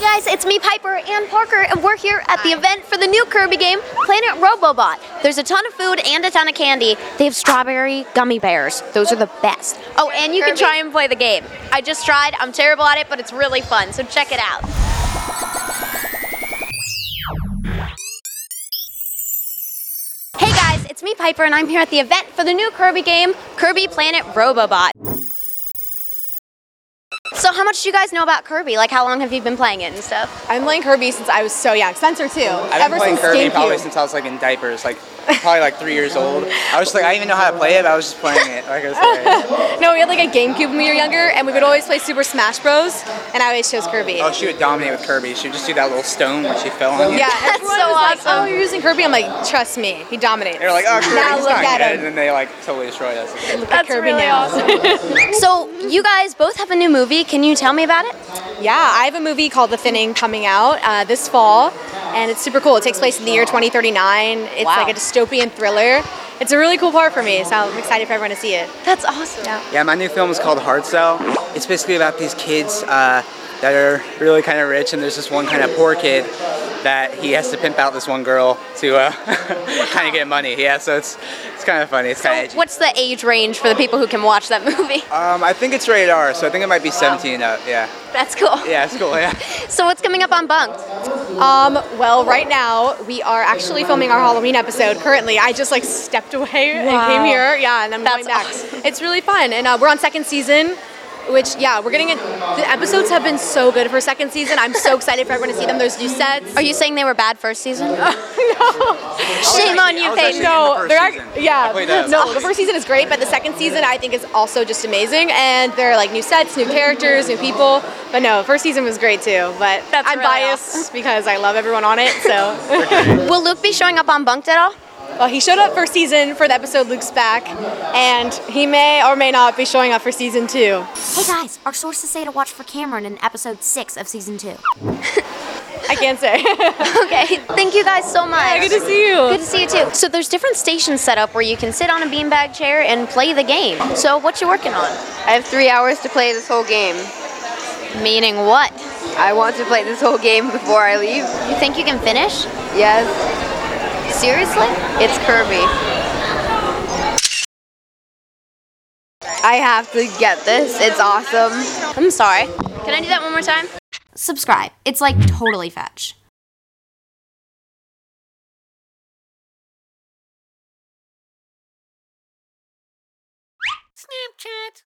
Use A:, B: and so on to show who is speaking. A: guys, it's me, Piper, and Parker, and we're here at the event for the new Kirby game, Planet Robobot. There's a ton of food and a ton of candy. They have strawberry gummy bears. Those are the best. Oh, and you can try and play the game. I just tried. I'm terrible at it, but it's really fun, so check it out. Hey guys, it's me, Piper, and I'm here at the event for the new Kirby game, Kirby Planet Robobot. So, how much do you guys know about Kirby? Like, how long have you been playing it and stuff?
B: I'm playing Kirby since I was so young. Spencer too.
C: I've been
B: Ever
C: playing
B: since
C: Kirby
B: GameCube.
C: probably since I was like in diapers, like probably like three years old. I was just like I didn't even know how to play it, but I was just playing it. Like I was like,
B: no, we had like a GameCube when we were younger, and we would always play Super Smash Bros. And I always chose Kirby.
C: oh, she would dominate with Kirby. She would just do that little stone when she fell on you.
B: yeah,
A: That's
B: everyone
A: so
B: was like,
A: awesome.
B: Oh, you're using Kirby. I'm like, trust me, he dominates.
C: They were like, oh, Kirby,
B: Now
C: he's
B: look
C: not
B: at
C: good.
B: him.
C: And then they like totally destroyed us.
B: Look at Kirby now.
A: So, you guys both have a new movie. Can you tell me about it?
B: Yeah, I have a movie called The Finning coming out uh, this fall, and it's super cool. It takes place in the year 2039. It's like a dystopian thriller. It's a really cool part for me, so I'm excited for everyone to see it.
A: That's awesome.
C: Yeah, my new film is called Hard Sell. It's basically about these kids uh, that are really kind of rich, and there's this one kind of poor kid that he has to pimp out this one girl to uh, kind of get money. Yeah, so it's it's kind of funny. It's kind of edgy.
A: What's the age range for the people who can watch that movie?
C: Um, I think it's rated R, so I think it might be 17 and up. Yeah,
A: That's cool.
C: yeah, it's cool. Yeah.
A: So, what's coming up on Bunked?
B: Um, well, right now we are actually filming our Halloween episode. Currently, I just like stepped away
A: Wow.
B: and came here. Yeah, and I'm
A: That's
B: going back.
A: awesome.
B: It's really fun, and uh, we're on second season. Which yeah, we're getting it. The episodes have been so good for second season. I'm so excited for everyone to see them. There's new sets.
A: Are you saying they were bad first season? Shame on you,
C: I was
A: Peyton.
C: actually
B: no,
C: in the first
B: they're ac-
C: season. I
B: yeah,
C: played that.
B: no. The first season is great, but the second season I think is also just amazing. And there are like new sets, new characters, new people. But no, first season was great too. But
A: That's
B: I'm
A: really
B: biased because I love everyone on it. So,
A: Will Luke be showing up on Bunked at all?
B: well, he showed up for season for the episode Luke's back, and he may or may not be showing up for season two.
D: Hey guys, our sources say to watch for Cameron in episode 6 of season 2.
B: I can't say.
A: Okay. Thank you guys so much.
B: Good to see you.
A: Good to see you too. So there's different stations set up where you can sit on a beanbag chair and play the game. So what you working on?
E: I have three hours to play this whole game.
A: Meaning what?
E: I want to play this whole game before I leave.
A: You think you can finish?
E: Yes,
A: Seriously?
E: it's Kirby. I have to get this. It's awesome.
A: I'm sorry. Can I do that one more time?
D: Subscribe. It's like totally fetch. Snapchat.